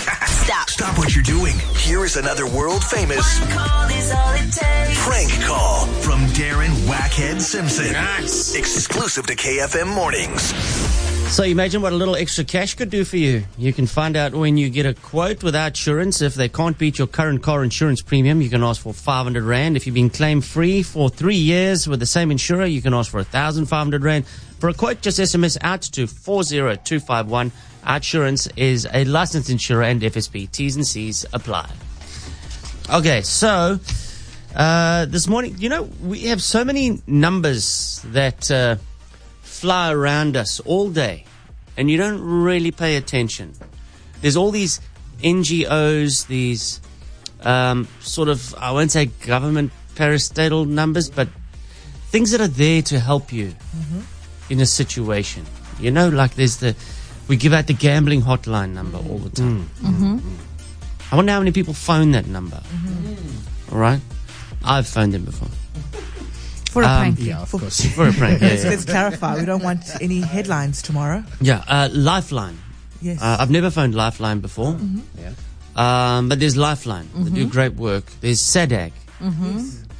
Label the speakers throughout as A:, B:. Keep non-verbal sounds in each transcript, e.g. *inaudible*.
A: stop.
B: Stop what you're doing. Here is another world famous
A: One call is all it takes.
B: prank call from Darren Wackhead Simpson.
C: Nice.
B: Exclusive to KFM Mornings.
D: So imagine what a little extra cash could do for you. You can find out when you get a quote with our insurance. If they can't beat your current car insurance premium, you can ask for 500 Rand. If you've been claim free for three years with the same insurer, you can ask for 1,500 Rand. For a quote, just SMS out to 40251. Our insurance is a licensed insurer and FSP. T's and C's apply. Okay, so uh, this morning, you know, we have so many numbers that uh, fly around us all day, and you don't really pay attention. There's all these NGOs, these um, sort of, I won't say government parastatal numbers, but things that are there to help you in a situation. You know, like there's the, we give out the gambling hotline number all the time. I wonder how many people phone that number. All right? I've phoned them before.
E: For a prank.
C: Um, Yeah, of
E: For-
C: course.
D: For a prank. Yeah,
F: Let's,
D: yeah.
F: let's clarify. We don't want any headlines tomorrow.
D: Yeah, uh, Lifeline.
F: Yes.
D: Uh, I've never phoned Lifeline before.
C: Yeah.
D: Um, but there's Lifeline. They do great work. There's SADAG.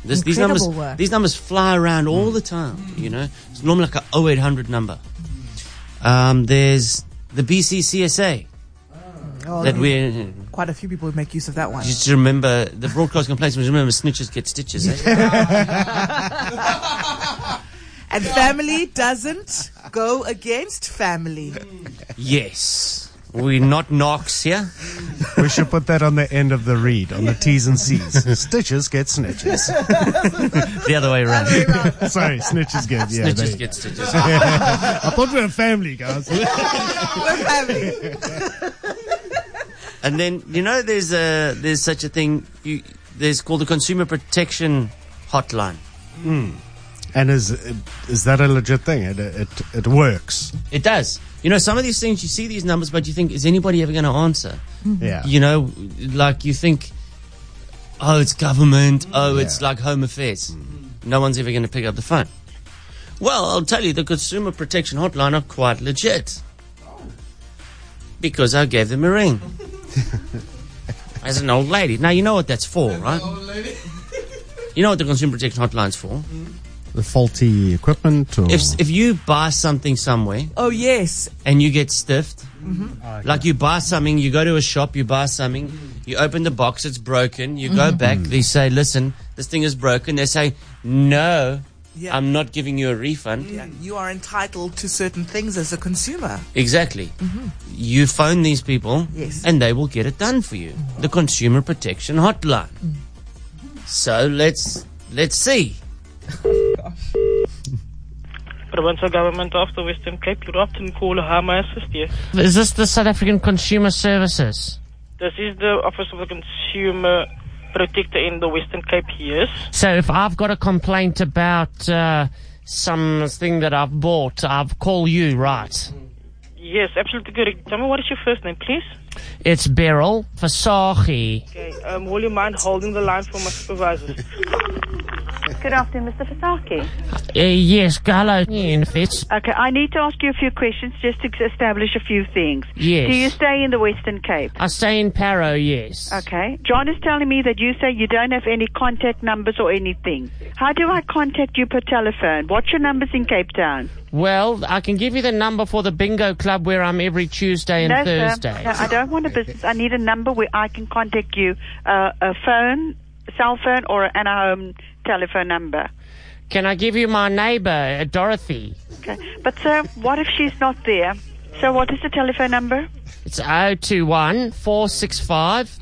D: This, these
E: Incredible
D: numbers,
E: work.
D: these numbers fly around all the time. You know, it's normally like a 0800 number. Um, there's the BCCSA
F: Oh,
D: that we
F: quite a few people would make use of that one.
D: just remember the broadcast complaints. Remember, snitches get stitches. Eh?
F: And family doesn't go against family.
D: Yes. We're not Knox here.
C: We should put that on the end of the read, on the T's
D: *laughs*
C: and C's. Stitches get snitches.
D: The other way around.
C: Sorry, snitches get. Yeah, there
D: Snitches
C: you
D: get stitches.
C: go. I thought we were
D: *laughs*
C: family, guys.
F: We're family.
D: And then you know there's a there's such a thing you there's called the consumer protection hotline.
C: and is is that a legit thing? It it, it works.
D: It does. You know some of these things you see these numbers but you think is anybody ever going to answer?
C: Yeah.
D: Mm-hmm. You know like you think oh it's government, oh it's
C: Yeah. Mm-hmm.
D: like home affairs. No one's ever going to pick up the phone. Well, I'll tell you the consumer protection hotline are quite legit. Because I gave them a
C: *laughs*
D: ring. As an old lady. Now you know what that's for, right?
C: *laughs*
D: You know what the consumer protection hotline's for?
C: the faulty equipment or
D: If if you buy something somewhere
F: Oh, yes.
D: and you get stiffed,
F: Mm-hmm.
D: like you buy something, you go to a shop, you buy something, you open the box, it's broken. You
F: Mm-hmm.
D: go back,
F: Mm.
D: they say, "Listen, this thing is broken." They say, "No,
F: Yeah.
D: I'm not giving you a refund."
F: Yeah, You are entitled to certain things as a consumer.
D: Exactly. You phone these people,
F: Mm-hmm. Yes.
D: and they will get it done for you. The Consumer Protection Hotline.
F: Mm.
D: So let's let's see.
G: Provincial Government of the Western Cape, good afternoon, caller. How may I assist you?
H: Is this the South African Consumer Services?
G: This is the Office of the Consumer Protector in the Western Cape, yes.
H: So if I've got a complaint about uh, something that I've bought, I'll call you, right?
G: Yes, absolutely correct. Tell me what is your first name, please?
H: It's Beryl Fasagi.
G: Okay, um, will you mind holding the line for my supervisors?
I: Good afternoon, Mr. Fasaki.
H: Uh, yes, hello. It's
I: Okay, I need to ask you a few questions just to establish a few things.
H: Yes.
I: Do you stay in the Western Cape?
H: I stay in Paro, yes.
I: Okay. John is telling me that you say you don't have any contact numbers or anything. How do I contact you per telephone? What's your numbers in Cape Town?
H: Well, I can give you the number for the bingo club where I'm every Tuesday and
I: no,
H: Thursday.
I: sir. No, I don't want a business. I need a number where I can contact you, uh, a phone, cell phone, or an home telephone number.
H: Can I give you my neighbor, uh, Dorothy?
I: Okay. But sir, what if she's not there? So what is the telephone number?
H: It's 021 465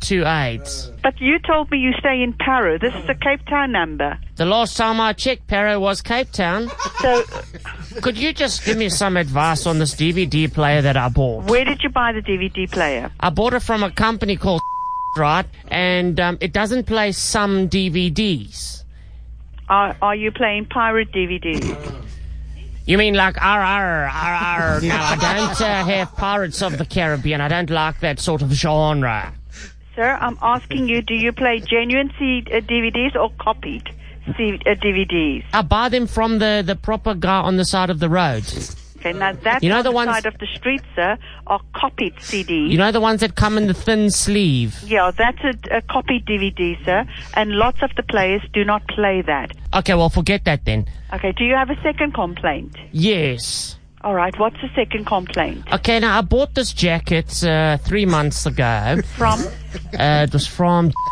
H: 0028.
I: But you told me you stay in Paro. This is a Cape Town number.
H: The last time I checked, Paro was Cape Town.
I: So,
H: Could you just give me some advice on this DVD player that I bought?
I: where did you buy the DVD player?
H: I bought it from a company called *laughs* right, and um, it doesn't play some DVDs.
I: Are, are you playing pirate DVD?
H: You mean like R R R R? No, I don't uh, have Pirates of the Caribbean. I don't like that sort of genre.
I: Sir, I'm asking you, do you play genuine C- uh, DVDs or copied C- uh, DVDs?
H: I buy them from the the proper guy on the side of the road.
I: Okay, now that
H: You know
I: on
H: the
I: the,
H: ones-
I: side of the street, sir, are copied CDs.
H: You know the ones that come in the thin sleeve.
I: yeah, that's a, a copied DVD, sir, and lots of the players do not play that.
H: Okay, well forget that then.
I: Okay, do you have a second complaint?
H: Yes.
I: All right, what's the second complaint?
H: Okay, now I bought this jacket uh, three months ago.
I: From?
H: Uh, it was from. *laughs*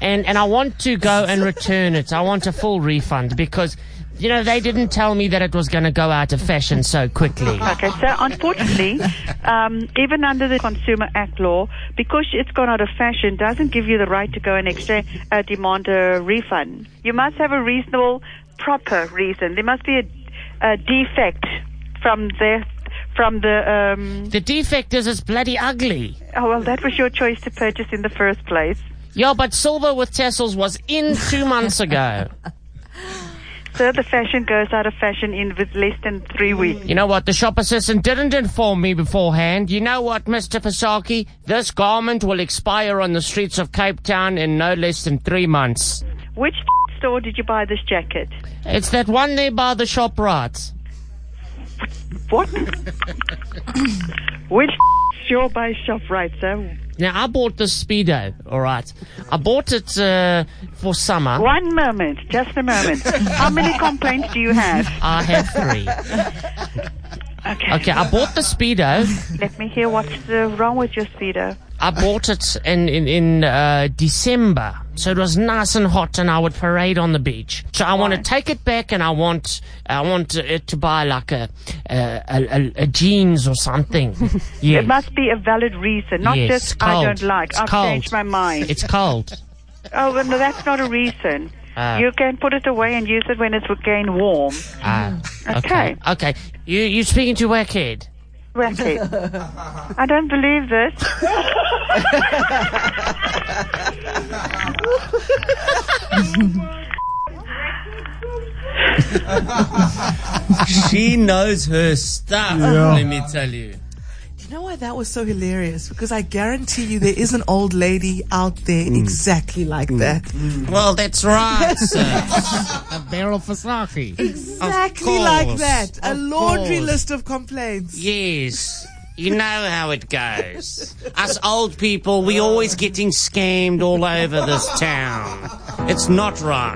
H: And, and I want to go and return it. I want a full refund because, you know, they didn't tell me that it was going to go out of fashion so quickly.
I: Okay, so unfortunately, um, even under the Consumer Act law, because it's gone out of fashion, doesn't give you the right to go and exchange, uh, demand a refund. You must have a reasonable, proper reason. There must be a, a defect from the from the. Um,
H: The defect is it's bloody ugly.
I: oh well, that was your choice to purchase in the first place.
H: Yeah, but silver with tassels was in two months ago.
I: So the fashion goes out of fashion in with less than three weeks.
H: You know what? The shop assistant didn't inform me beforehand. You know what, Mr. Pasaki? This garment will expire on the streets of Cape Town in no less than three months.
I: Which store did you buy this jacket?
H: It's that one there by the shop right.
I: What? Which store by shop, right, sir?
H: Now, I bought this Speedo, all right. I bought it uh, for summer.
I: One moment, just a moment. How many complaints do you have?
H: I have three.
I: Okay.
H: Okay, I bought the Speedo.
I: Let me hear what's uh, wrong with your speedo.
H: I bought it in, in, in uh, December. So it was nice and hot, and I would parade on the beach. So I want to take it back, and I want I want it to buy like a a, a, a- a jeans or something. Yeah,
I: *laughs* It must be a valid reason, not
H: Yes,
I: just I
H: cold.
I: don't like.
H: It's
I: I've
H: cold.
I: changed my mind.
H: it's cold.
I: oh, well, no, that's not a reason.
H: Ah.
I: you can put it away and use it when it's again warm.
H: Ah,
I: Okay.
H: okay. You you speaking to Wackhead?
I: Wacky. I don't believe this.
D: she knows her stuff, let me tell you.
F: You know why that was so hilarious? Because I guarantee you there is an old lady out there
C: Mm.
F: exactly like that.
D: Well, that's right, *laughs* sir.
H: A barrel for Saki.
F: Exactly
D: course,
F: like that. A
D: of
F: laundry
D: course.
F: list of complaints.
D: Yes. You know how it goes. Us old people, we always getting scammed all over this town. It's not right.